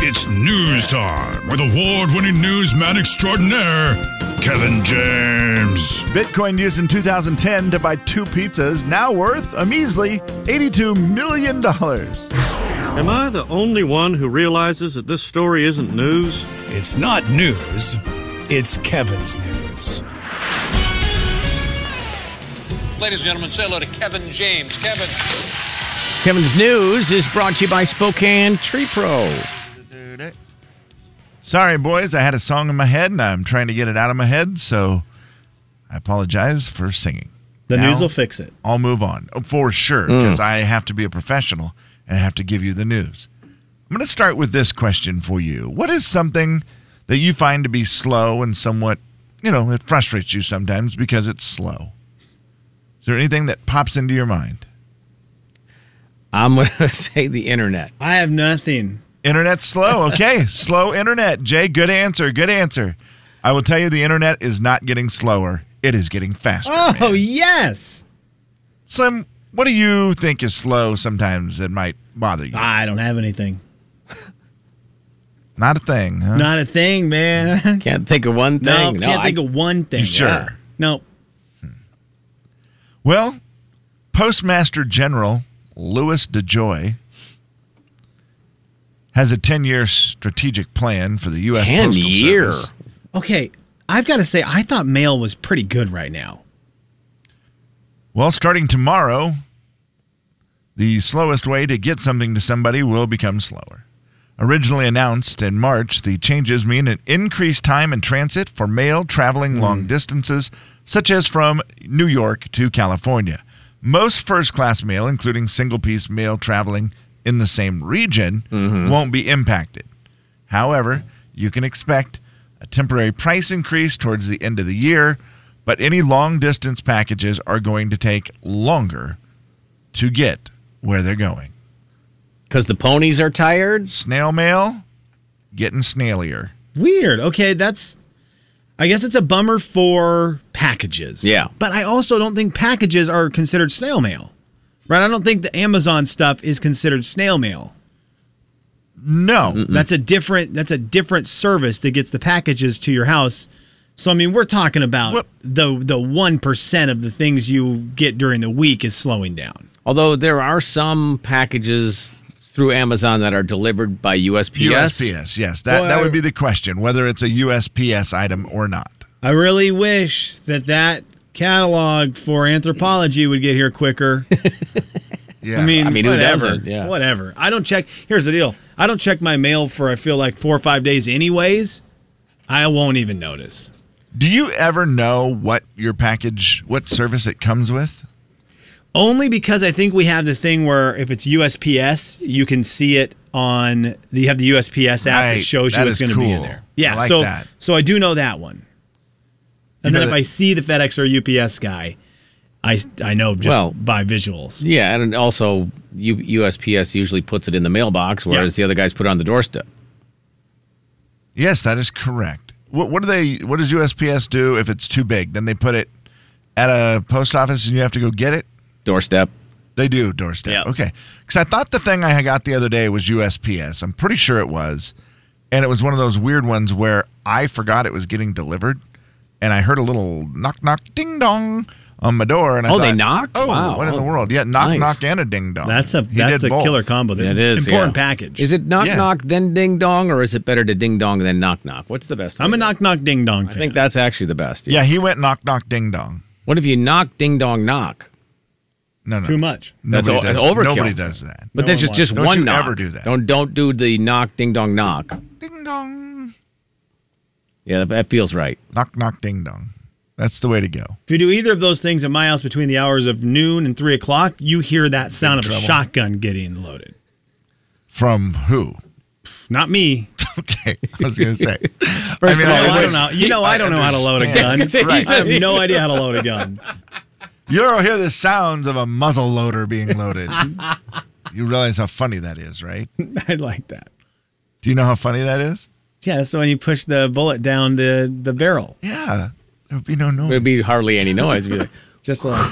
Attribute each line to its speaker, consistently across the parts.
Speaker 1: It's news time with award winning newsman extraordinaire, Kevin James.
Speaker 2: Bitcoin used in 2010 to buy two pizzas, now worth a measly $82 million.
Speaker 3: Am I the only one who realizes that this story isn't news?
Speaker 4: It's not news, it's Kevin's news.
Speaker 5: Ladies and gentlemen, say hello to Kevin James. Kevin.
Speaker 6: Kevin's News is brought to you by Spokane Tree Pro.
Speaker 2: Sorry, boys, I had a song in my head and I'm trying to get it out of my head, so I apologize for singing.
Speaker 7: The
Speaker 2: Now,
Speaker 7: news will fix it.
Speaker 2: I'll move on oh, for sure because I have to be a professional and I have to give you the news. I'm going to start with this question for you. What is something that you find to be slow and somewhat, you know, it frustrates you sometimes because it's slow? Is there anything that pops into your mind?
Speaker 6: I'm going to say the internet.
Speaker 7: I have nothing.
Speaker 2: Internet's slow. Okay. slow internet. Jay, good answer. Good answer. I will tell you the internet is not getting slower. It is getting faster.
Speaker 7: Oh,
Speaker 2: man.
Speaker 7: yes.
Speaker 2: Slim, what do you think is slow sometimes that might bother you?
Speaker 7: I don't have anything.
Speaker 2: Not a thing, huh?
Speaker 7: Not a thing, man.
Speaker 6: Can't think of one
Speaker 7: no,
Speaker 6: thing.
Speaker 7: can't
Speaker 6: I-
Speaker 7: think of one thing. Uh,
Speaker 2: sure?
Speaker 6: Yeah.
Speaker 7: No.
Speaker 2: Well, Postmaster General Louis DeJoy has a 10 year strategic plan for the U.S.
Speaker 6: 10
Speaker 2: Postal
Speaker 6: year.
Speaker 2: Service.
Speaker 7: Okay, I've got to say, I thought mail was pretty good right now.
Speaker 2: Well, starting tomorrow, the slowest way to get something to somebody will become slower. Originally announced in March, the changes mean an increased time in transit for mail traveling long distances, such as from New York to California. Most first class mail, including single piece mail traveling in the same region, won't be impacted. However, you can expect a temporary price increase towards the end of the year, but any long distance packages are going to take longer to get where they're going.
Speaker 6: Because the ponies are tired.
Speaker 2: Snail mail, getting snailier.
Speaker 7: Weird. Okay, that's. I guess it's a bummer for packages.
Speaker 6: Yeah.
Speaker 7: But I also don't think packages are considered snail mail. Right? I don't think the Amazon stuff is considered snail mail.
Speaker 2: No.
Speaker 6: Mm.
Speaker 7: That's a different that's a different service that gets the packages to your house. So I mean, we're talking about
Speaker 2: What-
Speaker 7: the the 1% of the things you get during the week is slowing down.
Speaker 6: Although there are some packages through Amazon that are delivered by USPS.
Speaker 2: USPS, yes. That, that would be the question, whether it's a USPS item or not.
Speaker 7: I really wish that that catalog for anthropology would get here quicker.
Speaker 2: Yeah.
Speaker 7: I mean,
Speaker 6: I mean, who
Speaker 7: whatever.
Speaker 6: doesn't? Yeah.
Speaker 7: Whatever. I don't check. Here's the deal. I don't check my mail for I feel like four or five days, anyways. I won't even notice.
Speaker 2: do you ever know what your package, what service it comes with?
Speaker 7: Only because I think we have the thing where if it's USPS, you can see it on. You have the USPS app that
Speaker 2: Right.
Speaker 7: shows you
Speaker 2: That is
Speaker 7: what's going to be in
Speaker 2: cool.
Speaker 7: there. Yeah.
Speaker 2: I like
Speaker 7: so
Speaker 2: that.
Speaker 7: so I do know that one. And
Speaker 2: know
Speaker 7: then if
Speaker 2: that-
Speaker 7: I see the FedEx or UPS guy, I I know just
Speaker 6: Well-
Speaker 7: by visuals.
Speaker 6: Yeah, and also U- USPS usually puts it in the mailbox, whereas the other guys put it on the doorstep.
Speaker 2: Yes, that is correct. What, what do they? What does USPS do if it's too big? Then they put it at a post office, and you have to go get it.
Speaker 6: Doorstep.
Speaker 2: They do doorstep.
Speaker 6: Yeah.
Speaker 2: Okay, because I thought the thing I got the other day was USPS. I'm pretty sure it was, and it was one of those weird ones where I forgot it was getting delivered, and I heard a little knock knock ding dong on my door, and I
Speaker 6: Oh,
Speaker 2: thought,
Speaker 6: they knocked?
Speaker 2: Oh,
Speaker 6: Wow.
Speaker 2: what in the
Speaker 6: Oh,
Speaker 2: world? Yeah, knock
Speaker 6: nice.
Speaker 2: knock and a ding dong.
Speaker 7: That's a
Speaker 2: He
Speaker 7: that's
Speaker 2: did
Speaker 7: a
Speaker 2: both.
Speaker 7: killer combo. That
Speaker 6: It is
Speaker 7: important
Speaker 6: yeah.
Speaker 7: package.
Speaker 6: Is it knock
Speaker 2: Yeah.
Speaker 6: knock then ding dong, or is it better to ding dong than knock knock? What's the best?
Speaker 7: I'm a
Speaker 6: way to-
Speaker 7: knock knock ding dong fan.
Speaker 6: I think that's actually the best.
Speaker 2: Yeah, he went knock knock ding dong.
Speaker 6: What if you knock ding dong knock?
Speaker 2: No, no,
Speaker 7: too much.
Speaker 6: That's
Speaker 2: Nobody
Speaker 6: o-
Speaker 2: does,
Speaker 6: overkill.
Speaker 2: Nobody does that.
Speaker 6: But
Speaker 7: No
Speaker 6: that's
Speaker 7: one
Speaker 6: just just
Speaker 2: wants- Don't
Speaker 6: one
Speaker 2: you
Speaker 6: knock.
Speaker 2: ever do that.
Speaker 6: Don't don't do the knock ding dong knock.
Speaker 2: Ding dong.
Speaker 6: Yeah, that- that feels right.
Speaker 2: Knock, knock, ding dong. That's the way to go.
Speaker 7: If you do either of those things at my house between the hours of noon and three o'clock, you hear that sound of a
Speaker 2: trouble.
Speaker 7: shotgun getting loaded.
Speaker 2: From who?
Speaker 7: Not me.
Speaker 2: Okay, I was gonna say.
Speaker 6: First of
Speaker 2: I
Speaker 6: all,
Speaker 7: Well, I
Speaker 2: wish-
Speaker 7: don't know. You know, I, don't know how to load a gun.
Speaker 2: understand.
Speaker 6: Right.
Speaker 7: I have no idea how to load a gun.
Speaker 2: You'll hear the sounds of a muzzle loader being loaded. you realize how funny that is, right?
Speaker 7: I like that.
Speaker 2: Do you know how funny that is?
Speaker 7: Yeah, that's when you push the bullet down the, the barrel.
Speaker 2: Yeah, there would be no
Speaker 6: It
Speaker 2: noise.
Speaker 6: would be hardly any noise. It'd be like,
Speaker 7: Just like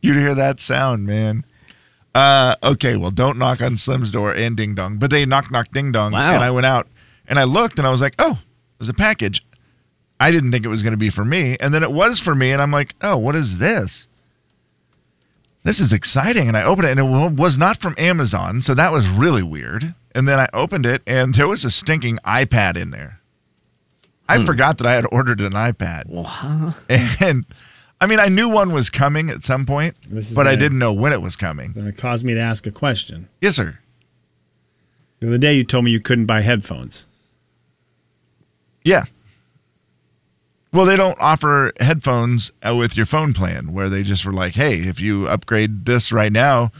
Speaker 2: You'd hear that sound, man. Uh, okay, well, don't knock on Slim's door and Ding Dong, but they knock, knock, Ding Dong,
Speaker 6: Wow.
Speaker 2: and I went out and I looked and I was like, oh, there's a package. I didn't think it was going to be for me, and then it was for me, and I'm like, oh, what is this? This is exciting, and I opened it, and it wa- was not from Amazon, so that was really weird. And then I opened it, and there was a stinking iPad in there. I
Speaker 7: Hmm.
Speaker 2: forgot that I had ordered an iPad. And I mean, I knew one was coming at some point,
Speaker 7: This is
Speaker 2: but I
Speaker 7: gonna-
Speaker 2: didn't know when it was coming.
Speaker 7: Going to cause me to ask a question.
Speaker 2: Yes, sir.
Speaker 7: The other day you told me you couldn't buy headphones.
Speaker 2: Yeah. Well, they don't offer headphones uh, with your phone plan, where they just were like, "Hey, if you upgrade this right now,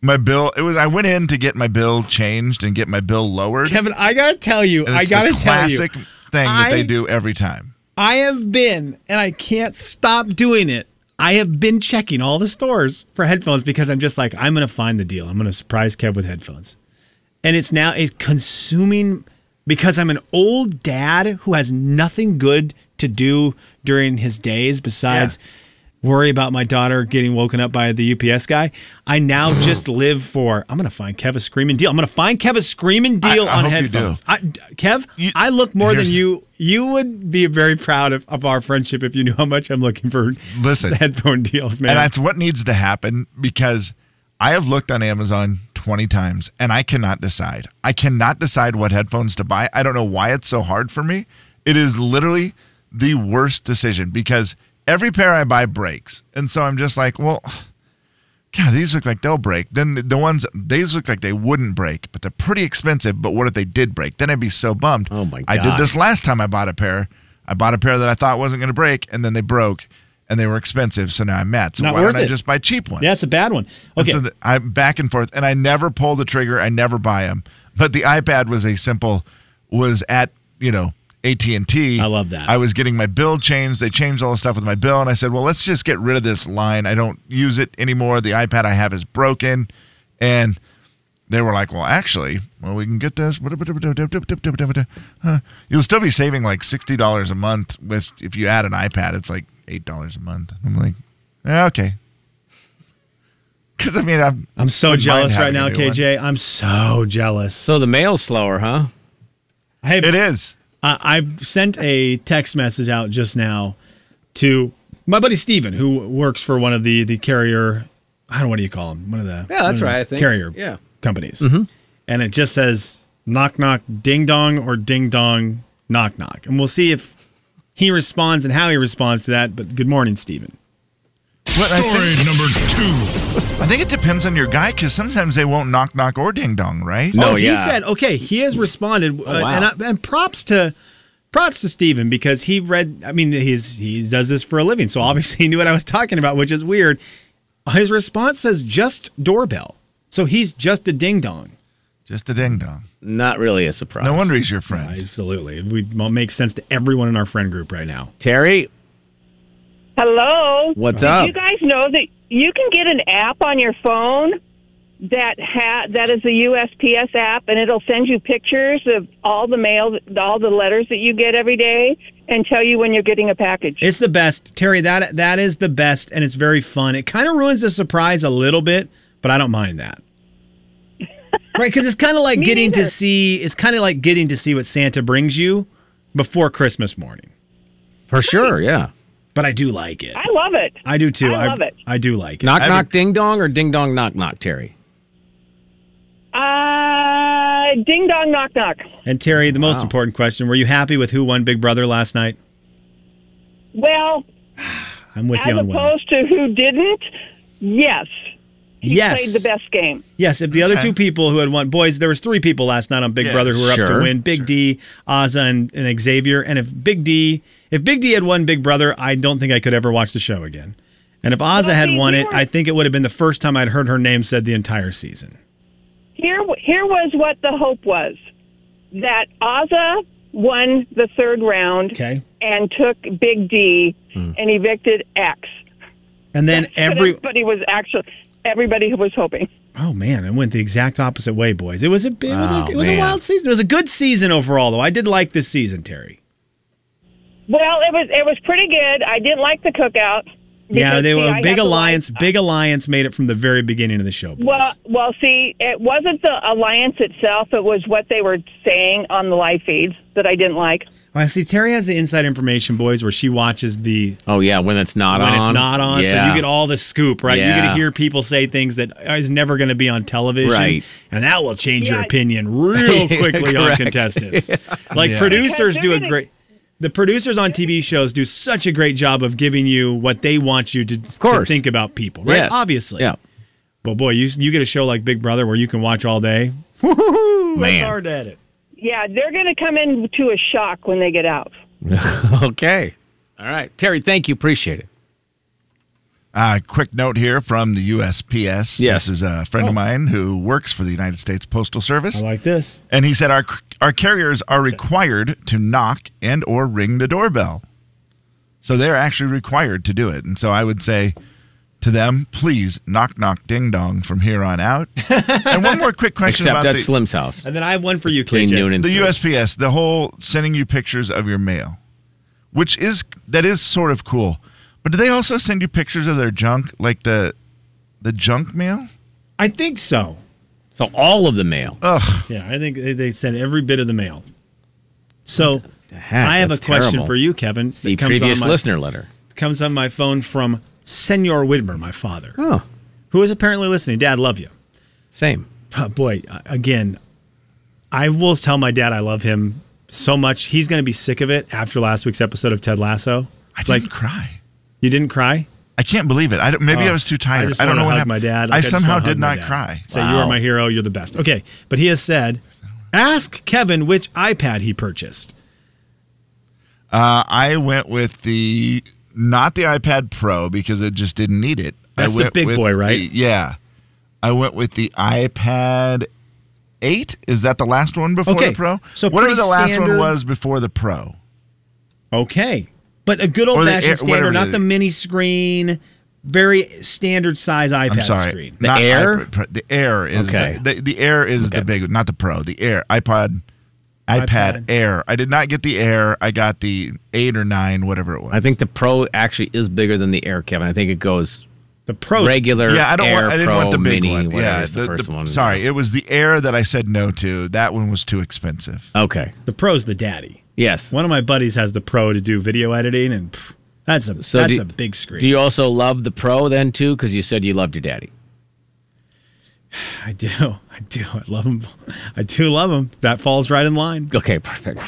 Speaker 2: my bill." It was I went in to get my bill changed and get my bill lowered.
Speaker 7: Kevin, I got to tell you,
Speaker 2: and
Speaker 7: I
Speaker 2: it's
Speaker 7: got to
Speaker 2: the
Speaker 7: tell you.
Speaker 2: classic thing that
Speaker 7: I-
Speaker 2: they do every time.
Speaker 7: I have been, and I can't stop doing it. I have been checking all the stores for headphones because I'm just like, I'm going to find the deal. I'm going to surprise Kev with headphones. And it's now it's consuming because I'm an old dad who has nothing good to do during his days besides worry about my daughter getting woken up by the UPS guy. I now just live for I'm going to find Kev a screaming deal. I'm going to find Kev a screaming deal
Speaker 2: I- I
Speaker 7: on
Speaker 2: hope you do.
Speaker 7: headphones. I, Kev,
Speaker 2: You-
Speaker 7: I look more than
Speaker 2: here's the-
Speaker 7: you. You would be very proud of, of our friendship if you knew how much I'm looking for
Speaker 2: Listen.
Speaker 7: headphone deals, man.
Speaker 2: And that's what needs to happen because I have looked on Amazon 20 times and I cannot decide. I cannot decide what headphones to buy. I don't know why it's so hard for me. It is literally the worst decision because every pair I buy breaks. And so I'm just like, well, God, these look like they'll break. Then the- the ones, these look like they wouldn't break, but they're pretty expensive. But what if they did break? Then I'd be so bummed.
Speaker 6: Oh my
Speaker 2: I did
Speaker 6: gosh.
Speaker 2: this last time I bought a pair. I bought a pair that I thought wasn't going to break, and then they broke, and they were expensive. So now I'm mad. So
Speaker 7: Not
Speaker 2: why
Speaker 7: worth
Speaker 2: don't I
Speaker 7: it.
Speaker 2: just buy cheap ones?
Speaker 7: yeah, it's a bad one.
Speaker 2: And
Speaker 7: Okay,
Speaker 2: So that I'm back and forth, and I never pull the trigger. I never buy them. But the iPad was a simple, was at you know AT and T.
Speaker 7: I love that.
Speaker 2: I was getting my bill changed. They changed all the stuff with my bill, and I said, well, let's just get rid of this line. I don't use it anymore. The iPad I have is broken, and they were like, well, actually, well, we can get this. Huh. You'll still be saving like sixty dollars a month with if you add an iPad. It's like eight dollars a month. I'm like, "Yeah, okay. Because I mean, I'm
Speaker 7: I'm so
Speaker 2: wouldn't mind
Speaker 7: jealous right
Speaker 2: having
Speaker 7: now,
Speaker 2: a new one.
Speaker 7: KJ. I'm so jealous.
Speaker 6: So the mail's slower, huh?
Speaker 7: Hey,
Speaker 2: It is.
Speaker 7: I- I've sent a text message out just now to my buddy Steven, who works for one of the the carrier. I don't know what do you call them. One of the
Speaker 6: Yeah, that's
Speaker 7: one of the
Speaker 6: right, I think.
Speaker 7: carrier
Speaker 6: Yeah.
Speaker 7: companies, and it just says knock knock ding dong or ding dong knock knock, and we'll see if he responds and how he responds to that. But good morning, Steven.
Speaker 2: But I think,
Speaker 1: Story number two.
Speaker 2: I think it depends on your guy because sometimes they won't knock knock or ding dong, right?
Speaker 6: No,
Speaker 7: oh,
Speaker 6: yeah.
Speaker 7: He said, okay, he has responded, uh,
Speaker 6: wow.
Speaker 7: and, I, and props to props to Steven because he read. I mean, he's he does this for a living, so obviously he knew what I was talking about, which is weird. His response says just doorbell, so he's just a ding dong.
Speaker 2: Just a ding dong.
Speaker 6: Not really a surprise.
Speaker 2: No wonder he's your friend.
Speaker 7: Absolutely, we well, it makes sense to everyone in our friend group right now.
Speaker 6: Terry,
Speaker 8: Hello.
Speaker 6: What's
Speaker 8: Did
Speaker 6: up?
Speaker 8: You guys know that you can get an app on your phone that ha- that is the USPS app, and it'll send you pictures of all the mail, all the letters that you get every day, and tell you when you're getting a package.
Speaker 7: It's the best, Terry. That that is the best, and it's very fun. It kind of ruins the surprise a little bit, but I don't mind that. right, because it's kind of like getting to
Speaker 8: neither.
Speaker 7: see. It's kind of like getting to see what Santa brings you before Christmas morning.
Speaker 6: for sure, yeah.
Speaker 7: But I do like it.
Speaker 8: I love it.
Speaker 7: I do too.
Speaker 8: I love it.
Speaker 7: I do like it.
Speaker 6: Knock
Speaker 2: I
Speaker 6: knock
Speaker 2: would-
Speaker 6: ding dong or ding dong knock knock, Terry.
Speaker 8: Uh, ding dong, knock knock.
Speaker 7: and Terry, the most important question: Were you happy with who won Big Brother last night?
Speaker 8: Well,
Speaker 7: I'm with
Speaker 8: as
Speaker 7: you on one.
Speaker 8: opposed to who didn't, yes,
Speaker 7: Yes,
Speaker 8: played the best game.
Speaker 7: yes. If the other
Speaker 2: Okay.
Speaker 7: two people who had won, boys, there was three people last night on Big
Speaker 2: Yeah,
Speaker 7: Brother who were up to
Speaker 6: sure,
Speaker 7: win: Big D, Ozza, and, and Xavier. And if Big D, if Big D had won Big Brother, I don't think I could ever watch the show again. And if Ozza
Speaker 8: Well,
Speaker 7: had
Speaker 8: see,
Speaker 7: won
Speaker 8: you
Speaker 7: it,
Speaker 8: were-
Speaker 7: I think it would have been the first time I'd heard her name said the entire season.
Speaker 8: Here, here was what the hope was that Ozza won the third round
Speaker 7: Okay.
Speaker 8: and took Big D and evicted X.
Speaker 7: And then every
Speaker 8: everybody was actually everybody who was hoping.
Speaker 7: Oh man, it went the exact opposite way, boys. It was a it was a,
Speaker 6: Oh,
Speaker 7: it was a
Speaker 6: man.
Speaker 7: wild season. It was a good season overall, though. I did like this season, Terry.
Speaker 8: Well, it was it was pretty good. I didn't like the cookout.
Speaker 7: yeah,
Speaker 8: Because,
Speaker 7: they
Speaker 8: see,
Speaker 7: were
Speaker 8: I have
Speaker 7: big
Speaker 8: to, like,
Speaker 7: alliance. Big alliance made it from the very beginning of the show. boys.
Speaker 8: Well, well, see, it wasn't the alliance itself; it was what they were saying on the live feeds that I didn't like.
Speaker 7: Well, see, Terry has the inside information, boys, where she watches the
Speaker 6: Oh yeah, when it's not
Speaker 7: when
Speaker 6: on.
Speaker 7: it's not on, so you get all the scoop, right? You get to
Speaker 6: Yeah.
Speaker 7: hear people say things that is never going to be on television,
Speaker 6: Right.
Speaker 7: And that will change your
Speaker 8: Yeah.
Speaker 7: opinion real quickly on
Speaker 6: Correct.
Speaker 7: contestants. Like
Speaker 2: Yeah.
Speaker 7: producers
Speaker 8: Because
Speaker 7: do
Speaker 8: they're
Speaker 7: a
Speaker 8: gonna-
Speaker 7: great. The producers on TV shows do such a great job of giving you what they want you to, to
Speaker 6: course.
Speaker 7: think about people, right?
Speaker 6: Yes.
Speaker 7: Obviously,
Speaker 6: Yeah.
Speaker 7: But boy, you you get a show like Big Brother where you can watch all day. Woo-hoo, that's
Speaker 6: Man.
Speaker 7: hard at it.
Speaker 8: Yeah, they're going to come into a shock when they get out.
Speaker 6: Okay. All right, Terry. Thank you. Appreciate it.
Speaker 2: Uh, quick note here from the USPS.
Speaker 6: Yes.
Speaker 2: This is a friend
Speaker 7: Oh.
Speaker 2: of mine who works for the United States Postal Service.
Speaker 7: I like this.
Speaker 2: and he said our our carriers are required to knock and or ring the doorbell so they're actually required to do it and so i would say to them please knock knock ding dong from here on out and one more quick question
Speaker 6: Except
Speaker 2: about
Speaker 6: at
Speaker 2: the,
Speaker 6: Slim's house
Speaker 7: And then I have one for you,
Speaker 6: between
Speaker 7: KJ.
Speaker 6: noon and
Speaker 2: the
Speaker 6: three.
Speaker 2: usps the whole sending you pictures of your mail which is that is sort of cool but do they also send you pictures of their junk like the the junk mail
Speaker 7: I think so.
Speaker 6: So all of the mail.
Speaker 2: ugh
Speaker 7: Yeah, I think they, they send every bit of the mail. So
Speaker 6: heck?
Speaker 7: I have a
Speaker 6: That's
Speaker 7: question
Speaker 6: terrible.
Speaker 7: for you, Kevin. that
Speaker 6: the
Speaker 7: comes
Speaker 6: previous
Speaker 7: on my,
Speaker 6: listener letter.
Speaker 7: comes on my phone from Senor Widmer, my father,
Speaker 6: Oh,
Speaker 7: who is apparently listening. Dad, love you.
Speaker 6: same.
Speaker 7: But boy, I- again, I will tell my dad I love him so much. He's going to be sick of it after last week's episode of Ted Lasso.
Speaker 2: i didn't
Speaker 7: like
Speaker 2: cry
Speaker 7: you didn't cry.
Speaker 2: I can't believe it. I don't, maybe I was too tired. I,
Speaker 7: Oh, just
Speaker 2: don't
Speaker 7: wanna
Speaker 2: know what
Speaker 7: hug
Speaker 2: happened.
Speaker 7: My dad.
Speaker 2: I
Speaker 7: Like, just
Speaker 2: somehow
Speaker 7: wanna hug
Speaker 2: did
Speaker 7: my
Speaker 2: not
Speaker 7: dad.
Speaker 2: cry.
Speaker 7: Say you are
Speaker 6: Wow.
Speaker 7: my hero. You're the best. Okay, but he has said, ask Kevin which iPad he purchased.
Speaker 2: Uh, I went with the not the iPad Pro because it just didn't need it. I
Speaker 7: That's the
Speaker 2: went
Speaker 7: big
Speaker 2: with
Speaker 7: boy, right?
Speaker 2: the- yeah, I went with the iPad Eight. Is that the last one before
Speaker 7: Okay,
Speaker 2: the Pro?
Speaker 7: so
Speaker 2: whatever
Speaker 7: pretty
Speaker 2: the last one
Speaker 7: standard-
Speaker 2: was before the Pro.
Speaker 7: Okay, but a good old
Speaker 2: Air-
Speaker 7: fashioned
Speaker 2: whatever
Speaker 7: standard,
Speaker 2: it
Speaker 7: not the
Speaker 2: is.
Speaker 7: mini screen, very standard size iPad
Speaker 2: I'm sorry,
Speaker 7: screen.
Speaker 6: The Air?
Speaker 2: iPad Pro. the Air is
Speaker 6: Okay.
Speaker 2: the, the, the Air is the big, one, not the Pro. The Air iPod. iPad,
Speaker 7: iPad.
Speaker 2: Air. I did not get the Air. I got the eight or nine, whatever it was.
Speaker 6: I think the Pro actually is bigger than the Air, Kevin. I think it goes
Speaker 7: The Pro.
Speaker 6: regular.
Speaker 2: Yeah, I don't
Speaker 6: Air
Speaker 2: want. I didn't
Speaker 6: Pro,
Speaker 2: want the big
Speaker 6: Mini,
Speaker 2: one.
Speaker 6: Whatever
Speaker 2: Yeah,
Speaker 6: is the, first one.
Speaker 2: Sorry, it was the Air that I said no to. That one was too expensive.
Speaker 6: Okay.
Speaker 7: The Pro's the daddy.
Speaker 6: Yes.
Speaker 7: One of my buddies has the Pro to do video editing, and pff, that's a
Speaker 6: So
Speaker 7: that's
Speaker 6: do-
Speaker 7: a big screen.
Speaker 6: Do you also love the Pro then too? Because you said you loved your daddy.
Speaker 7: I do, I do, I love him. I do love him. That falls right in line.
Speaker 6: Okay, perfect.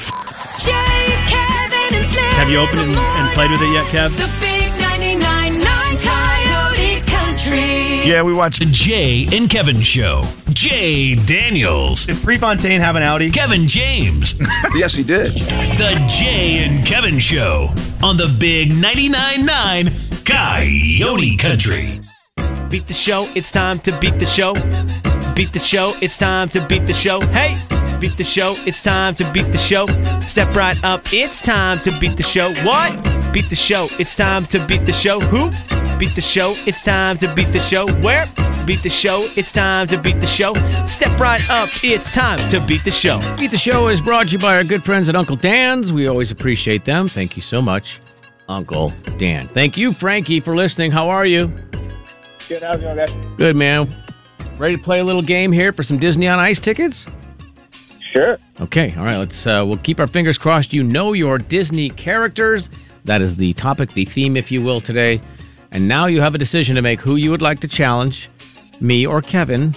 Speaker 9: Jay, Kevin, and Slim.
Speaker 7: Have you opened it and- and played with it yet, Kev?
Speaker 9: The big 99.9 Coyote Country.
Speaker 2: Yeah, we watched.
Speaker 4: The Jay and Kevin Show. Jay Daniels.
Speaker 7: Did Prefontaine have an Audi?
Speaker 4: Kevin James.
Speaker 10: Yes, he did.
Speaker 4: The Jay and Kevin Show on the Big 99.9 9 Coyote Country.
Speaker 7: Beat the show, it's time to beat the show. Beat the show, it's time to beat the show. Hey! Beat the show, it's time to beat the show. Step right up, it's time to beat the show. What? Beat the show, it's time to beat the show. Who? Beat the show, it's time to beat the show. Where? Beat the show, it's time to beat the show. Step right up, it's time to beat the show.
Speaker 6: Beat the Show is brought to you by our good friends at Uncle Dan's. We always appreciate them. Thank you so much, Uncle Dan. Thank you, Frankie, for listening. How are you?
Speaker 10: Good, how's it going, guys?
Speaker 6: Good, man. Ready to play a little game here for some Disney on Ice tickets?
Speaker 10: Sure.
Speaker 6: Okay, all right. Let's. Uh, we'll keep our fingers crossed. You know your Disney characters. That is the topic, the theme, if you will, today. And now you have a decision to make: who you would like to challenge, me or Kevin.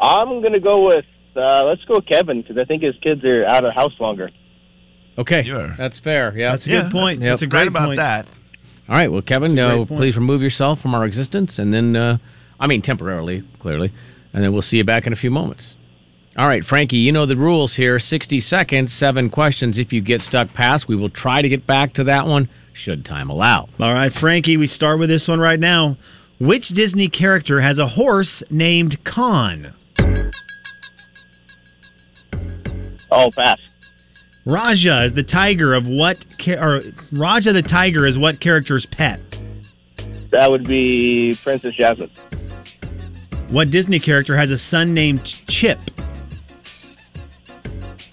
Speaker 10: I'm gonna go with uh, let's go with Kevin because I think his kids are out of the house longer.
Speaker 6: Okay,
Speaker 2: Sure.
Speaker 6: that's fair. Yeah,
Speaker 7: That's a
Speaker 2: Yeah,
Speaker 7: good point.
Speaker 6: that's-
Speaker 7: That's a
Speaker 6: yep.
Speaker 7: great
Speaker 2: right about
Speaker 7: point.
Speaker 2: that.
Speaker 6: All right. Well, Kevin,
Speaker 7: That's a great
Speaker 6: uh,
Speaker 7: point.
Speaker 6: please remove yourself from our existence, and then, uh, I mean, temporarily, clearly, and then we'll see you back in a few moments. All right, Frankie, you know the rules here 60 seconds, seven questions. If you get stuck past, we will try to get back to that one, should time allow.
Speaker 7: All right, Frankie, we start with this one right now. Which Disney character has a horse named Khan?
Speaker 10: Oh, pass.
Speaker 7: Raja is the tiger of what? Ca- or Raja the tiger is what character's pet?
Speaker 10: That would be Princess Jasmine.
Speaker 7: What Disney character has a son named Chip?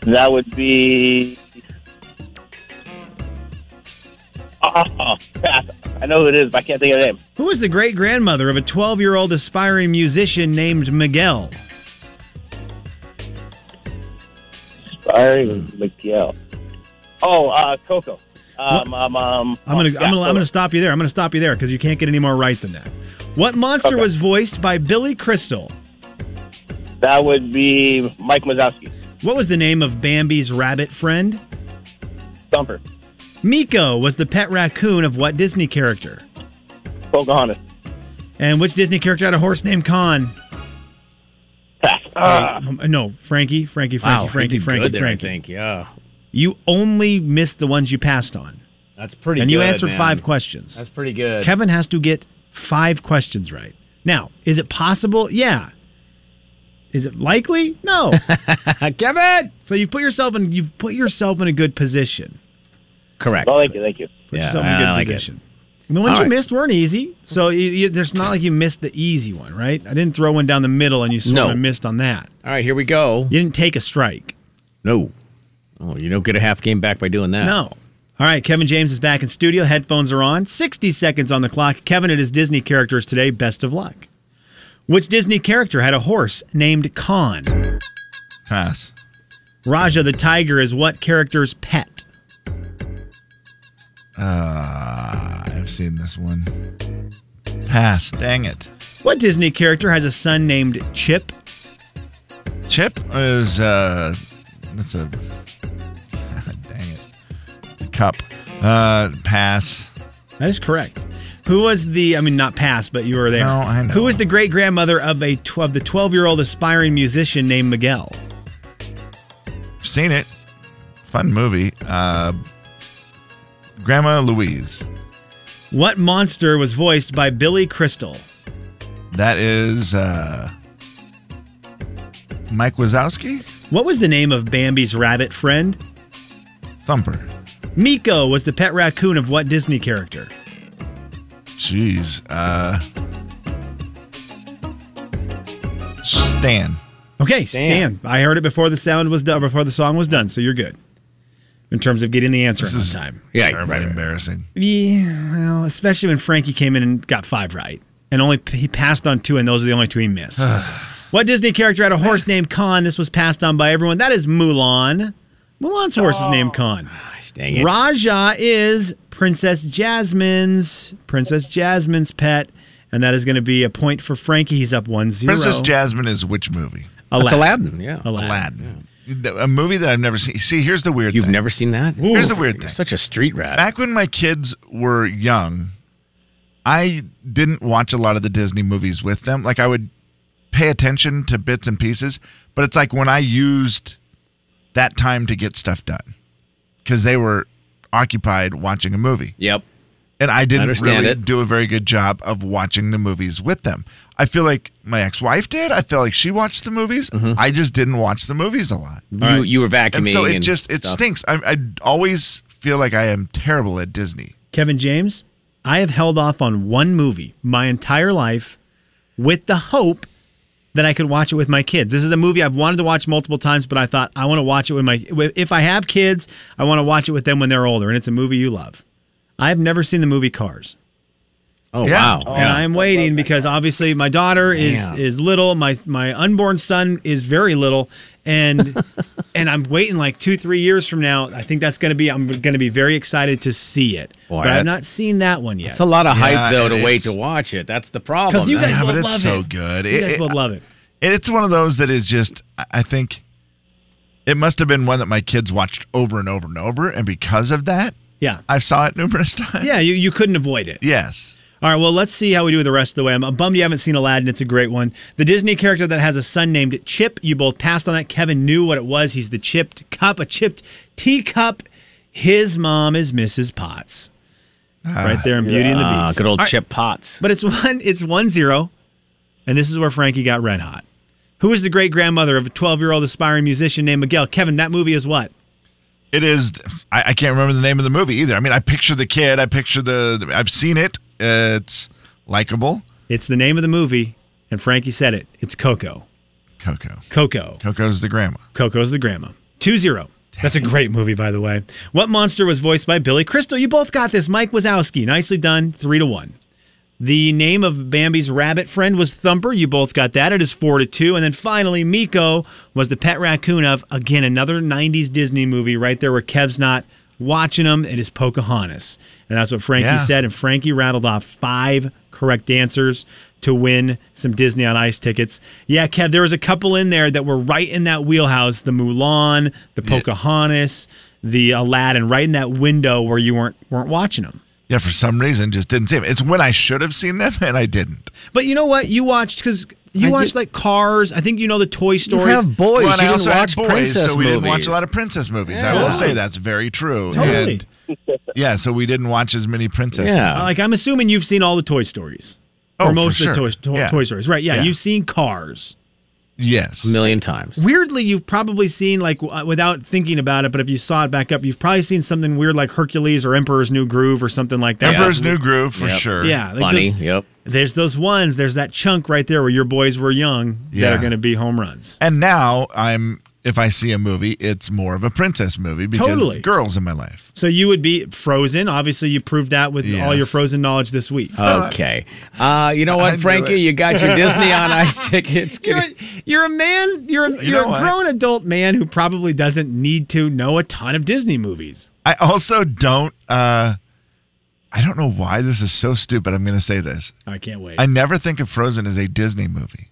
Speaker 10: That would be. Oh, Oh, crap. I know who it is, but I can't think of the name.
Speaker 7: Who is the great grandmother of a 12 year old aspiring musician named Miguel?
Speaker 10: Byron Miguel. Oh, uh, Coco. Um, um, um,
Speaker 7: I'm gonna,
Speaker 10: yeah,
Speaker 7: I'm gonna, I'm
Speaker 10: Coco.
Speaker 7: gonna stop you there. I'm gonna stop you there because you can't get any more right than that. What monster
Speaker 10: Okay.
Speaker 7: was voiced by Billy Crystal?
Speaker 10: That would be Mike Mazowski.
Speaker 7: What was the name of Bambi's rabbit friend?
Speaker 10: Thumper.
Speaker 7: Miko was the pet raccoon of what Disney character?
Speaker 10: Pocahontas.
Speaker 7: And which Disney character had a horse named Khan?
Speaker 10: Pass. Ah,
Speaker 7: Um, no, Frankie, Frankie, Frankie,
Speaker 6: Wow,
Speaker 7: Frankie,
Speaker 6: he did
Speaker 7: Frankie,
Speaker 6: good there,
Speaker 7: Frankie.
Speaker 6: I think. Yeah,
Speaker 7: You only missed the ones you passed on,
Speaker 6: that's pretty.
Speaker 7: and you
Speaker 6: good,
Speaker 7: answered
Speaker 6: man.
Speaker 7: five questions.
Speaker 6: That's pretty good.
Speaker 7: Kevin has to get five questions right. Now, is it possible? Yeah. Is it likely? No.
Speaker 6: Kevin,
Speaker 7: so you've put yourself in you've put yourself in a good position.
Speaker 6: correct.
Speaker 10: well, thank you, thank you.
Speaker 7: Put
Speaker 6: Yeah,
Speaker 7: yourself in a good
Speaker 6: I like it.
Speaker 7: position. And the ones
Speaker 6: All
Speaker 7: you
Speaker 6: right.
Speaker 7: missed weren't easy, so you, you, there's not like you missed the easy one, right? I didn't throw one down the middle and you sort
Speaker 6: No.
Speaker 7: of missed on that.
Speaker 6: All right, here we go.
Speaker 7: You didn't take a strike.
Speaker 6: No, oh, you don't get a half game back by doing that.
Speaker 7: No. All right, Kevin James is back in studio. Headphones are on. 60 seconds on the clock. Kevin, it is Disney characters today. Best of luck. Which Disney character had a horse named Khan?
Speaker 2: Pass.
Speaker 7: Raja the tiger is what character's pet?
Speaker 2: Uh, I've seen this one. Pass. Dang it.
Speaker 7: What Disney character has a son named Chip?
Speaker 2: Chip is uh that's a dang it. It's a cup. Uh pass.
Speaker 7: That is correct. Who was the, I mean, not past, but you were there.
Speaker 2: No, I know.
Speaker 7: Who was the great grandmother of a tw- of the 12 year old aspiring musician named Miguel?
Speaker 2: Seen it. Fun movie. Uh Grandma Louise.
Speaker 7: What monster was voiced by Billy Crystal?
Speaker 2: That is uh Mike Wazowski?
Speaker 7: What was the name of Bambi's rabbit friend?
Speaker 2: Thumper.
Speaker 7: Miko was the pet raccoon of what Disney character?
Speaker 2: Jeez. Uh Stan.
Speaker 7: Okay, Stan. I heard it before the sound was done, before the song was done, so you're good in terms of getting the answer
Speaker 2: This
Speaker 7: on
Speaker 2: is-
Speaker 7: time.
Speaker 6: Yeah,
Speaker 2: Terribly embarrassing.
Speaker 7: Yeah, well, especially when Frankie came in and got five right, and only he passed on two, and those are the only two he missed. what Disney character had a horse named Khan? This was passed on by everyone. That is Mulan. Mulan's horse is
Speaker 6: Oh,
Speaker 7: named Khan.
Speaker 6: dang it.
Speaker 7: Raja is Princess Jasmine's Princess Jasmine's pet, and that is going to be a point for Frankie. He's up one zero.
Speaker 2: Princess Jasmine is which movie?
Speaker 6: That's Aladdin. Yeah,
Speaker 7: Aladdin.
Speaker 2: Aladdin. Th- A movie that I've never seen. See, here's the weird
Speaker 6: you've
Speaker 2: thing.
Speaker 6: never seen that.
Speaker 2: Here's the weird
Speaker 6: You're
Speaker 2: thing.
Speaker 6: such a street rat.
Speaker 2: Back when my kids were young, I didn't watch a lot of the Disney movies with them. Like I would pay attention to bits and pieces, but it's like when I used that time to get stuff done because they were occupied watching a movie
Speaker 6: yep.
Speaker 2: and I didn't
Speaker 6: Understand
Speaker 2: really
Speaker 6: it.
Speaker 2: do a very good job of watching the movies with them. I feel like my ex-wife did. I feel like she watched the movies.
Speaker 6: Mm-hmm.
Speaker 2: I just didn't watch the movies a lot,
Speaker 6: You you were vacuuming.
Speaker 2: and so it just it
Speaker 6: stuff.
Speaker 2: stinks. I, I always feel like I am terrible at Disney.
Speaker 7: Kevin James, I have held off on one movie my entire life with the hope that I could watch it with my kids. This is a movie I've wanted to watch multiple times, but I thought I want to watch it with my if I have kids, I want to watch it with them when they're older and it's a movie you love. I've never seen the movie Cars.
Speaker 6: Oh
Speaker 2: Yeah.
Speaker 6: wow.
Speaker 7: And I'm waiting because obviously my daughter is
Speaker 6: Man.
Speaker 7: is little, my my unborn son is very little, and and I'm waiting like two three years from now. I think that's gonna be I'm gonna be very excited to see it,
Speaker 6: Boy,
Speaker 7: but I've
Speaker 6: that's-
Speaker 7: not seen that one yet.
Speaker 6: It's a lot of
Speaker 2: Yeah,
Speaker 6: hype though to
Speaker 2: and
Speaker 6: wait to
Speaker 2: it's-
Speaker 6: watch it. That's the problem.
Speaker 7: 'Cause you
Speaker 6: man.
Speaker 7: guys
Speaker 2: Yeah, but
Speaker 7: will
Speaker 2: it's
Speaker 7: love
Speaker 2: so
Speaker 7: it.
Speaker 2: good.
Speaker 7: You guys
Speaker 2: It-
Speaker 7: will
Speaker 2: it-
Speaker 7: love it.
Speaker 2: And it's one of those that is just, I- I think it must have been one that my kids watched over and over and over. And because of that,
Speaker 7: Yeah.
Speaker 2: I saw it numerous times.
Speaker 7: Yeah, you, you couldn't avoid it.
Speaker 2: Yes.
Speaker 7: All right, well, let's see how we do the rest of the way. I'm bummed you haven't seen Aladdin. It's a great one. The Disney character that has a son named Chip. You both passed on that. Kevin knew what it was. He's the chipped cup, a chipped teacup. His mom is Mrs. Potts. right there in Beauty and the
Speaker 6: Ah,
Speaker 7: Beast.
Speaker 6: good old
Speaker 7: All right,
Speaker 6: Chip Potts.
Speaker 7: But it's one it's one zero, and this is where Frankie got red hot. Who is the great grandmother of a 12 year old aspiring musician named Miguel? Kevin, that movie is what?
Speaker 2: It is, I, I can't remember the name of the movie either. I mean, I picture the kid, I picture the, I've seen it. Uh, it's likable.
Speaker 7: It's the name of the movie, and Frankie said it. It's Coco.
Speaker 2: Coco.
Speaker 7: Coco.
Speaker 2: Coco's the grandma.
Speaker 7: Coco's the grandma. 2 0. That's a great movie, by the way. What Monster was voiced by Billy Crystal? You both got this. Mike Wazowski. Nicely done. Three to one. The name of Bambi's rabbit friend was Thumper. You both got that. It is four to two. And then finally, Miko was the pet raccoon of, again, another 90s Disney movie right there where Kev's not watching them. It is Pocahontas. And that's what Frankie
Speaker 2: Yeah.
Speaker 7: said. And Frankie rattled off five correct answers to win some Disney on Ice tickets. Yeah, Kev, there was a couple in there that were right in that wheelhouse the Mulan, the Pocahontas, the Aladdin, right in that window where you weren't, weren't watching them.
Speaker 2: Yeah, for some reason, just didn't see them. It's when I should have seen them and I didn't.
Speaker 7: But you know what? You watched because you
Speaker 6: I
Speaker 7: watched
Speaker 6: did-
Speaker 7: like Cars. I think you know the Toy Stories.
Speaker 6: have
Speaker 2: Well, and
Speaker 6: boys. you
Speaker 2: I
Speaker 6: didn't
Speaker 2: also
Speaker 6: watch
Speaker 2: had boys,
Speaker 6: princess
Speaker 2: so we
Speaker 6: movies.
Speaker 2: didn't watch a lot of princess movies. I will say that's very true.
Speaker 7: Totally.
Speaker 2: And yeah, so we didn't watch as many princess.
Speaker 6: Yeah.
Speaker 7: Uh, like I'm assuming you've seen all the Toy Stories.
Speaker 2: Oh,
Speaker 7: or
Speaker 2: for
Speaker 7: most of the
Speaker 2: sure.
Speaker 7: toy, Toy-
Speaker 2: Yeah.
Speaker 7: toy Stories. Right? Yeah,
Speaker 2: Yeah.
Speaker 7: you've seen Cars.
Speaker 2: movies. Yes.
Speaker 6: a million times.
Speaker 7: Weirdly, you've probably seen like w- uh, without thinking about it, but if you saw it back up, you've probably seen something weird like Hercules or Emperor's New Groove or something like that.
Speaker 2: Emperor's New Groove for
Speaker 6: Yep.
Speaker 2: sure.
Speaker 7: Yeah, like
Speaker 6: Funny.
Speaker 7: those-
Speaker 6: Yep.
Speaker 7: there's those ones. There's that chunk right there where your boys were young that
Speaker 2: Yeah.
Speaker 7: are going to be home runs.
Speaker 2: And now I'm if I see a movie, it's more of a princess movie because
Speaker 7: Totally.
Speaker 2: girls in my life.
Speaker 7: So you would be Frozen. Obviously, you proved that with all
Speaker 2: Yes.
Speaker 7: your Frozen knowledge this week.
Speaker 6: Okay. Uh, you know
Speaker 2: I
Speaker 6: what,
Speaker 2: knew
Speaker 6: Frankie?
Speaker 2: it.
Speaker 6: You got your Disney on Ice tickets.
Speaker 7: you're a, you're a man. You're a,
Speaker 2: You
Speaker 7: you are
Speaker 2: know
Speaker 7: a
Speaker 2: what?
Speaker 7: grown adult man who probably doesn't need to know a ton of Disney movies.
Speaker 2: I also don't uh I don't know why this is so stupid. I'm gonna say this.
Speaker 7: I can't wait.
Speaker 2: I never think of Frozen as a Disney movie.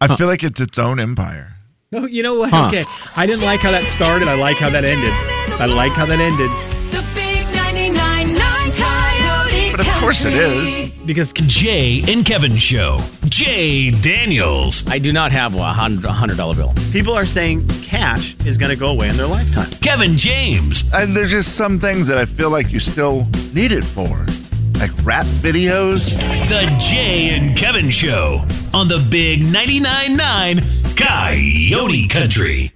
Speaker 2: I feel like it's its own empire.
Speaker 7: no, Oh, you know what?
Speaker 6: Huh.
Speaker 7: Okay, I didn't like how that started. I like how that ended. I like how that ended
Speaker 9: The big 99.9 Coyote
Speaker 2: But of course it
Speaker 9: Country.
Speaker 2: is.
Speaker 7: because
Speaker 4: Jay and Kevin Show. Jay Daniels.
Speaker 6: I do not have a hundred a hundred dollar bill.
Speaker 7: people are saying cash is going to go away in their lifetime.
Speaker 4: Kevin James.
Speaker 2: And there's just some things that I feel like you still need it for. Like rap videos.
Speaker 4: The Jay and Kevin Show on the Big 99.9 9 Coyote Country.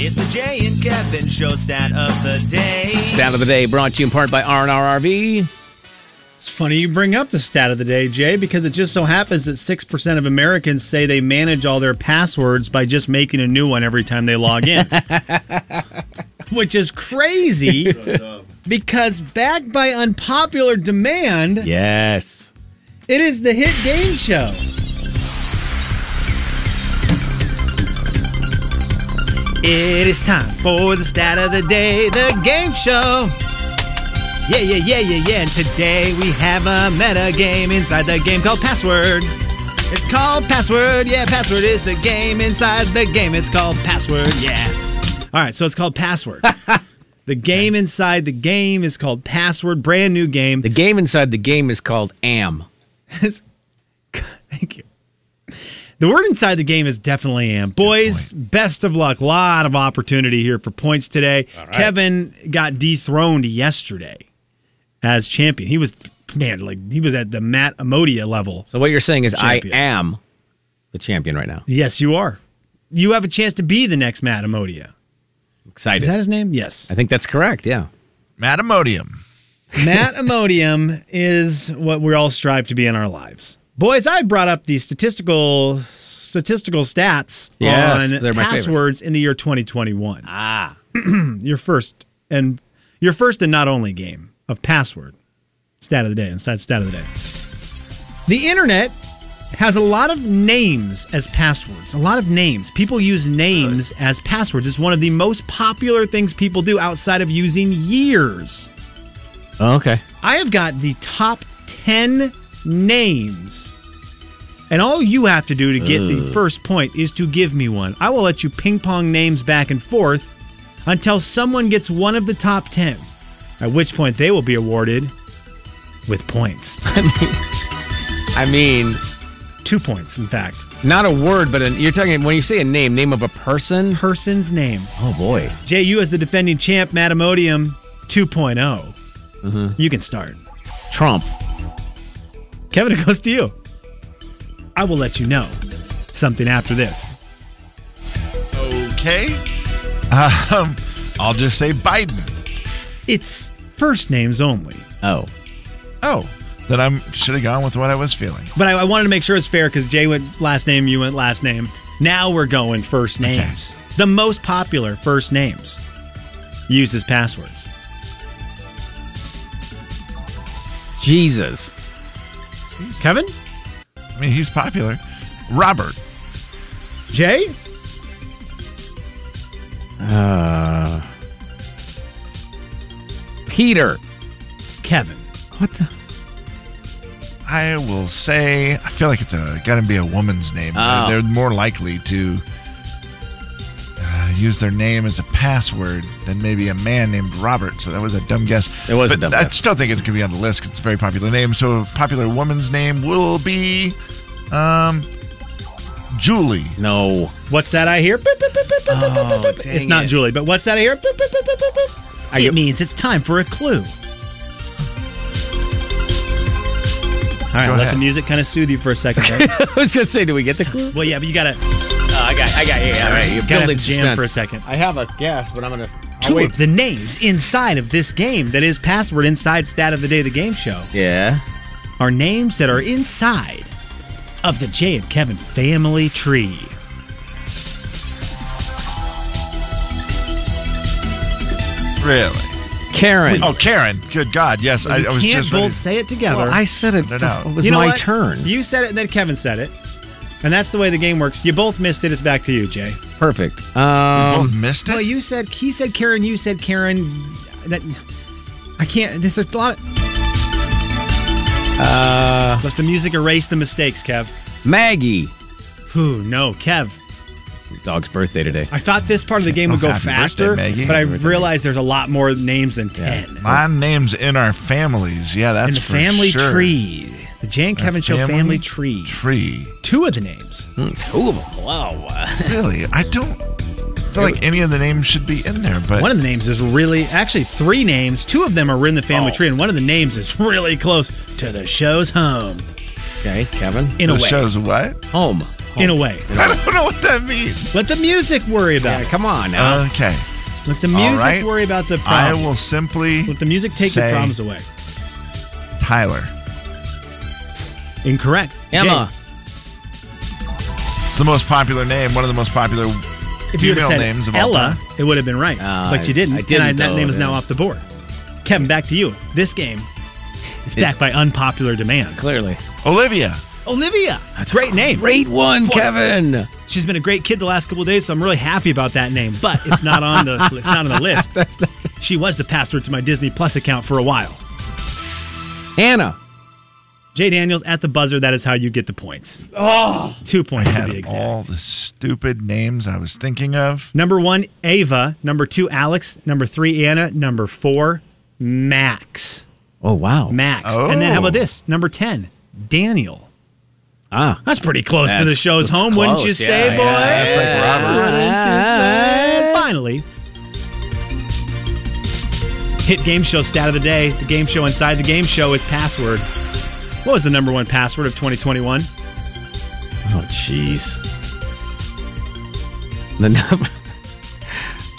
Speaker 7: It's the Jay and Kevin show stat of the day.
Speaker 6: Stat of the day brought to you in part by R&R RV.
Speaker 7: It's funny you bring up the stat of the day, Jay, because it just so happens that 6% of Americans say they manage all their passwords by just making a new one every time they log in. Which is crazy because, backed by unpopular demand,
Speaker 6: Yes.
Speaker 7: it is the hit game show. It is time for the stat of the day, the game show. Yeah, yeah, yeah, yeah, yeah. And today we have a meta game inside the game called Password. It's called Password. Yeah, Password is the game inside the game. It's called Password. Yeah. All right, so it's called Password. the game inside the game is called Password. Brand new game.
Speaker 6: The game inside the game is called AM.
Speaker 7: Thank you. The word inside the game is definitely am. Boys, best of luck. Lot of opportunity here for points today. Kevin got dethroned yesterday as champion. He was man, like he was at the Matt Amodia level.
Speaker 6: So what you're saying is
Speaker 7: Champion.
Speaker 6: I am the champion right now.
Speaker 7: Yes, you are. You have a chance to be the next Matt Amodia.
Speaker 6: Excited.
Speaker 7: Is that his name? Yes.
Speaker 6: I think that's correct. Yeah.
Speaker 2: Matamodium.
Speaker 7: Matt Imodium is what we all strive to be in our lives. Boys, I brought up the statistical statistical stats
Speaker 6: Yes,
Speaker 7: on
Speaker 6: they're my favorites.
Speaker 7: passwords in the year 2021.
Speaker 6: Ah.
Speaker 7: Your first and your first and not only game of password. Stat of the day, and stat stat of the day. The internet has a lot of names as passwords. A lot of names. People use names as passwords. It's one of the most popular things people do outside of using years. Oh,
Speaker 6: Okay.
Speaker 7: I have got the top 10 names. And all you have to do to get the first point is to give me one. I will let you ping pong names back and forth until someone gets one of the top 10, at which point they will be awarded with points.
Speaker 6: I mean,
Speaker 7: Two points, in fact.
Speaker 6: not a word, but an, you're talking when you say a name, name of a person.
Speaker 7: Person's name.
Speaker 6: Oh boy.
Speaker 7: Jay, you as the defending champ, Matamodium 2.0. oh. You can start.
Speaker 6: Trump.
Speaker 7: Kevin, it goes to you. I will let you know something after this.
Speaker 2: Okay. Um, I'll just say Biden.
Speaker 7: It's first names only.
Speaker 6: Oh.
Speaker 2: Oh, then I should have gone with what I was feeling.
Speaker 7: But I, I wanted to make sure it's fair because Jay went last name, you went last name. Now we're going first names. The most popular first names used as passwords.
Speaker 6: Jesus.
Speaker 7: Kevin?
Speaker 2: I mean, he's popular. Robert.
Speaker 7: Jay?
Speaker 6: Uh, Peter.
Speaker 7: Kevin.
Speaker 6: What the?
Speaker 2: I will say, I feel like it's a got to be a woman's name.
Speaker 6: Oh.
Speaker 2: They're, they're more likely to uh, use their name as a password than maybe a man named Robert. So that was a dumb guess.
Speaker 6: It was a
Speaker 2: But
Speaker 6: dumb
Speaker 2: I
Speaker 6: guess.
Speaker 2: still think it could be on the list 'cause it's a very popular name. So a popular woman's name will be um, Julie.
Speaker 6: No.
Speaker 7: What's that I hear? Boop, boop, boop, boop, boop, boop, boop, boop.
Speaker 6: dang
Speaker 7: It's not
Speaker 6: it.
Speaker 7: Julie, but what's that I hear? Boop, boop, boop, boop, boop, boop.
Speaker 6: I
Speaker 7: It
Speaker 6: get-
Speaker 7: means it's time for a clue. All right,
Speaker 2: Go
Speaker 7: let
Speaker 2: ahead.
Speaker 7: the music kind of soothe you for a second. there.
Speaker 6: I was gonna say, do we get the clue?
Speaker 7: well, yeah, but you gotta,
Speaker 6: I got, I got, yeah, all right. You're
Speaker 7: gotta have to
Speaker 6: building
Speaker 7: jam for a
Speaker 6: suspense.
Speaker 7: second.
Speaker 6: I have a guess, but I'm gonna. I'll
Speaker 7: Two
Speaker 6: wait.
Speaker 7: of the names inside of this game that is password inside stat of the day of the game show
Speaker 6: Yeah.
Speaker 7: are names that are inside of the Jay and Kevin family tree.
Speaker 2: Really?
Speaker 6: Karen.
Speaker 2: Oh, Karen. Good God. Yes, I,
Speaker 7: you
Speaker 2: I was
Speaker 7: can't
Speaker 2: just
Speaker 7: both
Speaker 2: ready.
Speaker 7: say it together.
Speaker 6: Well, I said it.
Speaker 2: They're not.
Speaker 6: It was
Speaker 7: You know
Speaker 6: my
Speaker 7: what?
Speaker 6: turn.
Speaker 7: You said it, and then Kevin said it. And that's the way the game works. You both missed it. It's back to you, Jay.
Speaker 6: Perfect. Um,
Speaker 2: both Oh, missed it.
Speaker 7: Well, you said he said Karen. You said Karen. That I can't. There's a lot. Of,
Speaker 6: uh,
Speaker 7: let the music erase the mistakes, Kev.
Speaker 6: Maggie.
Speaker 7: Whew, no, Kev.
Speaker 6: Dog's birthday today.
Speaker 7: I thought this part of the game would
Speaker 2: Oh,
Speaker 7: go
Speaker 2: happy
Speaker 7: faster,
Speaker 2: birthday, Maggie.
Speaker 7: but I
Speaker 2: Happy birthday.
Speaker 7: realized there's a lot more names than ten.
Speaker 2: My name's in our families. Yeah, that's
Speaker 7: and the
Speaker 2: for
Speaker 7: family
Speaker 2: sure.
Speaker 7: tree, the Jay and
Speaker 2: Our
Speaker 7: Kevin show
Speaker 2: family
Speaker 7: family tree.
Speaker 2: Tree.
Speaker 7: Two of the names.
Speaker 6: Two of them. Wow.
Speaker 2: Really? I don't feel like any of the names should be in there, but
Speaker 7: One of the names is really, actually, three names. Two of them are in the
Speaker 2: Oh.
Speaker 7: family tree, and one of the names is really close to the show's home.
Speaker 6: Okay, Kevin.
Speaker 7: In a
Speaker 2: the
Speaker 7: way.
Speaker 2: show's what?
Speaker 6: Home.
Speaker 7: In a way.
Speaker 2: I don't know what that means.
Speaker 7: Let the music worry about
Speaker 6: Yeah,
Speaker 7: it.
Speaker 6: come on now.
Speaker 2: Okay.
Speaker 7: Let the
Speaker 2: All
Speaker 7: music
Speaker 2: right.
Speaker 7: worry about the
Speaker 2: I
Speaker 7: Uh, problem.
Speaker 2: will simply
Speaker 7: Let the music take
Speaker 2: say
Speaker 7: your problems away.
Speaker 2: Tyler.
Speaker 7: Incorrect.
Speaker 6: Emma.
Speaker 2: It's the most popular name, one of the most popular
Speaker 7: Jay, if you would have
Speaker 2: female
Speaker 7: said
Speaker 2: names of all
Speaker 7: Ella,
Speaker 2: time.
Speaker 7: it would have been right.
Speaker 6: Ah,
Speaker 7: but you didn't.
Speaker 6: I didn't,
Speaker 7: And that
Speaker 6: though,
Speaker 7: name is now
Speaker 6: yeah.
Speaker 7: off the board. Kevin, back to you. This game is backed by unpopular demand.
Speaker 6: Clearly.
Speaker 2: Olivia.
Speaker 7: Olivia. That's a great name.
Speaker 6: Great one, Kevin.
Speaker 7: She's been a great kid the last couple of days, so I'm really happy about that name. But it's not on the it's not on the list. She was the password to my Disney Plus account for a while.
Speaker 6: Anna.
Speaker 7: Jay Daniels at the buzzer. That is how you get the points. Oh, two points to
Speaker 2: Had
Speaker 7: be exact.
Speaker 2: all the stupid names I was thinking of.
Speaker 7: Number one, Ava. Number two, Alex. Number three, Anna. Number four, Max.
Speaker 6: Oh wow.
Speaker 7: Max. And then how
Speaker 2: Oh.
Speaker 7: about this? Number ten, Daniel.
Speaker 6: ah.
Speaker 7: That's pretty close to the
Speaker 6: That's-
Speaker 7: show's
Speaker 6: that's
Speaker 7: home, wouldn't you
Speaker 6: close.
Speaker 7: say,
Speaker 6: Yeah,
Speaker 7: boy?
Speaker 6: yeah, that's like Robert.
Speaker 7: Wouldn't you say? Finally. Hit game show stat of the day. The game show inside the game show is password. What was the number one password of 2021?
Speaker 6: Oh jeez. The number.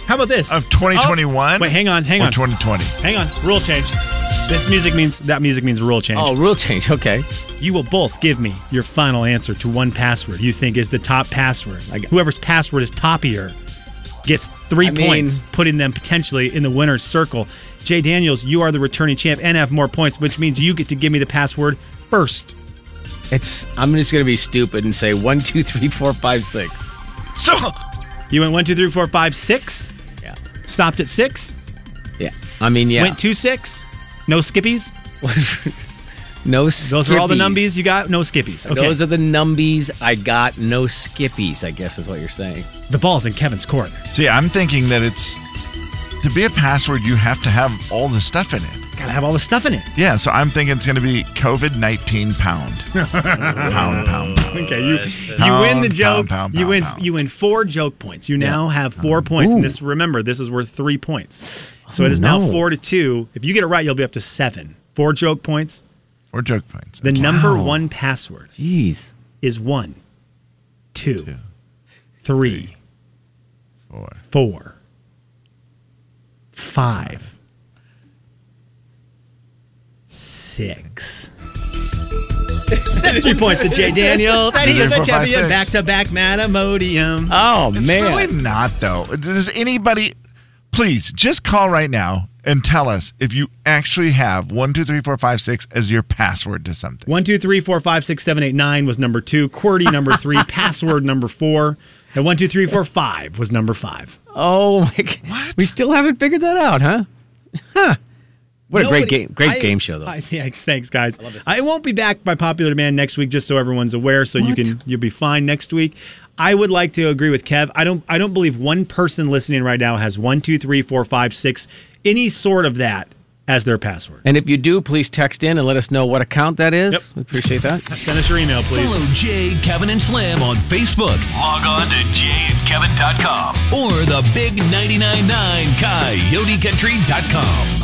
Speaker 7: How about this?
Speaker 2: Of 2021?
Speaker 7: Oh, wait, hang on, hang
Speaker 2: or
Speaker 7: on.
Speaker 2: 2020.
Speaker 7: Hang on. Rule change. This music means that music means rule change.
Speaker 6: Oh, rule change. Okay.
Speaker 7: You will both give me your final answer to one password you think is the top password.
Speaker 6: I got-
Speaker 7: Whoever's password is toppier gets three
Speaker 6: I mean-
Speaker 7: points, putting them potentially in the winner's circle. Jay Daniels, you are the returning champ and have more points, which means you get to give me the password first.
Speaker 6: It's. I'm just gonna be stupid and say one, two, three, four, five, six.
Speaker 2: So,
Speaker 7: You went one, two, three, four, five, six.
Speaker 6: Yeah.
Speaker 7: Stopped at six.
Speaker 6: Yeah. I mean, yeah.
Speaker 7: Went two six. No skippies.
Speaker 6: no.
Speaker 7: Those are all the
Speaker 6: skippies.
Speaker 7: numbies you got. No skippies. Okay.
Speaker 6: Those are the numbies I got. No skippies, I guess is what you're saying.
Speaker 7: the ball's in Kevin's court.
Speaker 2: see, I'm thinking that it's to be a password, you have to have all the stuff in it.
Speaker 7: Gotta have all the stuff in it.
Speaker 2: Yeah, so I'm thinking it's going to be COVID 19 pound. pound, pound, pound.
Speaker 7: Okay, you you
Speaker 2: Pound,
Speaker 7: win the
Speaker 2: pound,
Speaker 7: joke.
Speaker 2: pound,
Speaker 7: you
Speaker 2: pound,
Speaker 7: win
Speaker 2: pound. Mm.
Speaker 7: you win four joke points. You now have four points.
Speaker 6: Ooh.
Speaker 7: And this remember, this is worth three points. So
Speaker 6: Oh,
Speaker 7: it is now
Speaker 6: no.
Speaker 7: four to two. If you get it right, you'll be up to seven. Four joke points.
Speaker 2: Or joke points.
Speaker 7: The number one password
Speaker 6: Jeez.
Speaker 7: is one, two,
Speaker 2: Two.
Speaker 7: three,
Speaker 2: Four.
Speaker 7: four, five, six. Three points to Jay Daniels. And he
Speaker 2: Three,
Speaker 7: is the
Speaker 2: four, five,
Speaker 7: champion.
Speaker 2: six.
Speaker 7: Back to back, Madam Odium.
Speaker 6: Oh
Speaker 2: It's
Speaker 6: man,
Speaker 2: really not though. Does anybody please just call right now and tell us if you actually have one, two, three, four, five, six as your password to something.
Speaker 7: One, two, three, four, five, six, seven, eight, nine was number two. QWERTY number three. password number four. And one, two, three, four, five was number five.
Speaker 6: oh my, g- we still haven't figured that out, huh? Huh. What a great
Speaker 7: Nobody-
Speaker 6: game, great
Speaker 7: I-
Speaker 6: game show though.
Speaker 7: I, thanks, thanks, guys. I, won't be back by popular demand next week, just so everyone's aware. So you can you'll be fine next week. I would like to agree with Kev. I don't I don't believe one person listening right now has one, two, three, four, five, six, any sort of that as their password.
Speaker 6: and if you do, please text in and let us know what account that is. We appreciate that.
Speaker 7: Send us your email, please.
Speaker 4: Follow Jay, Kevin, and Slim on Facebook. Log on to jayandkevin.com or the big 999 coyotecountry.com.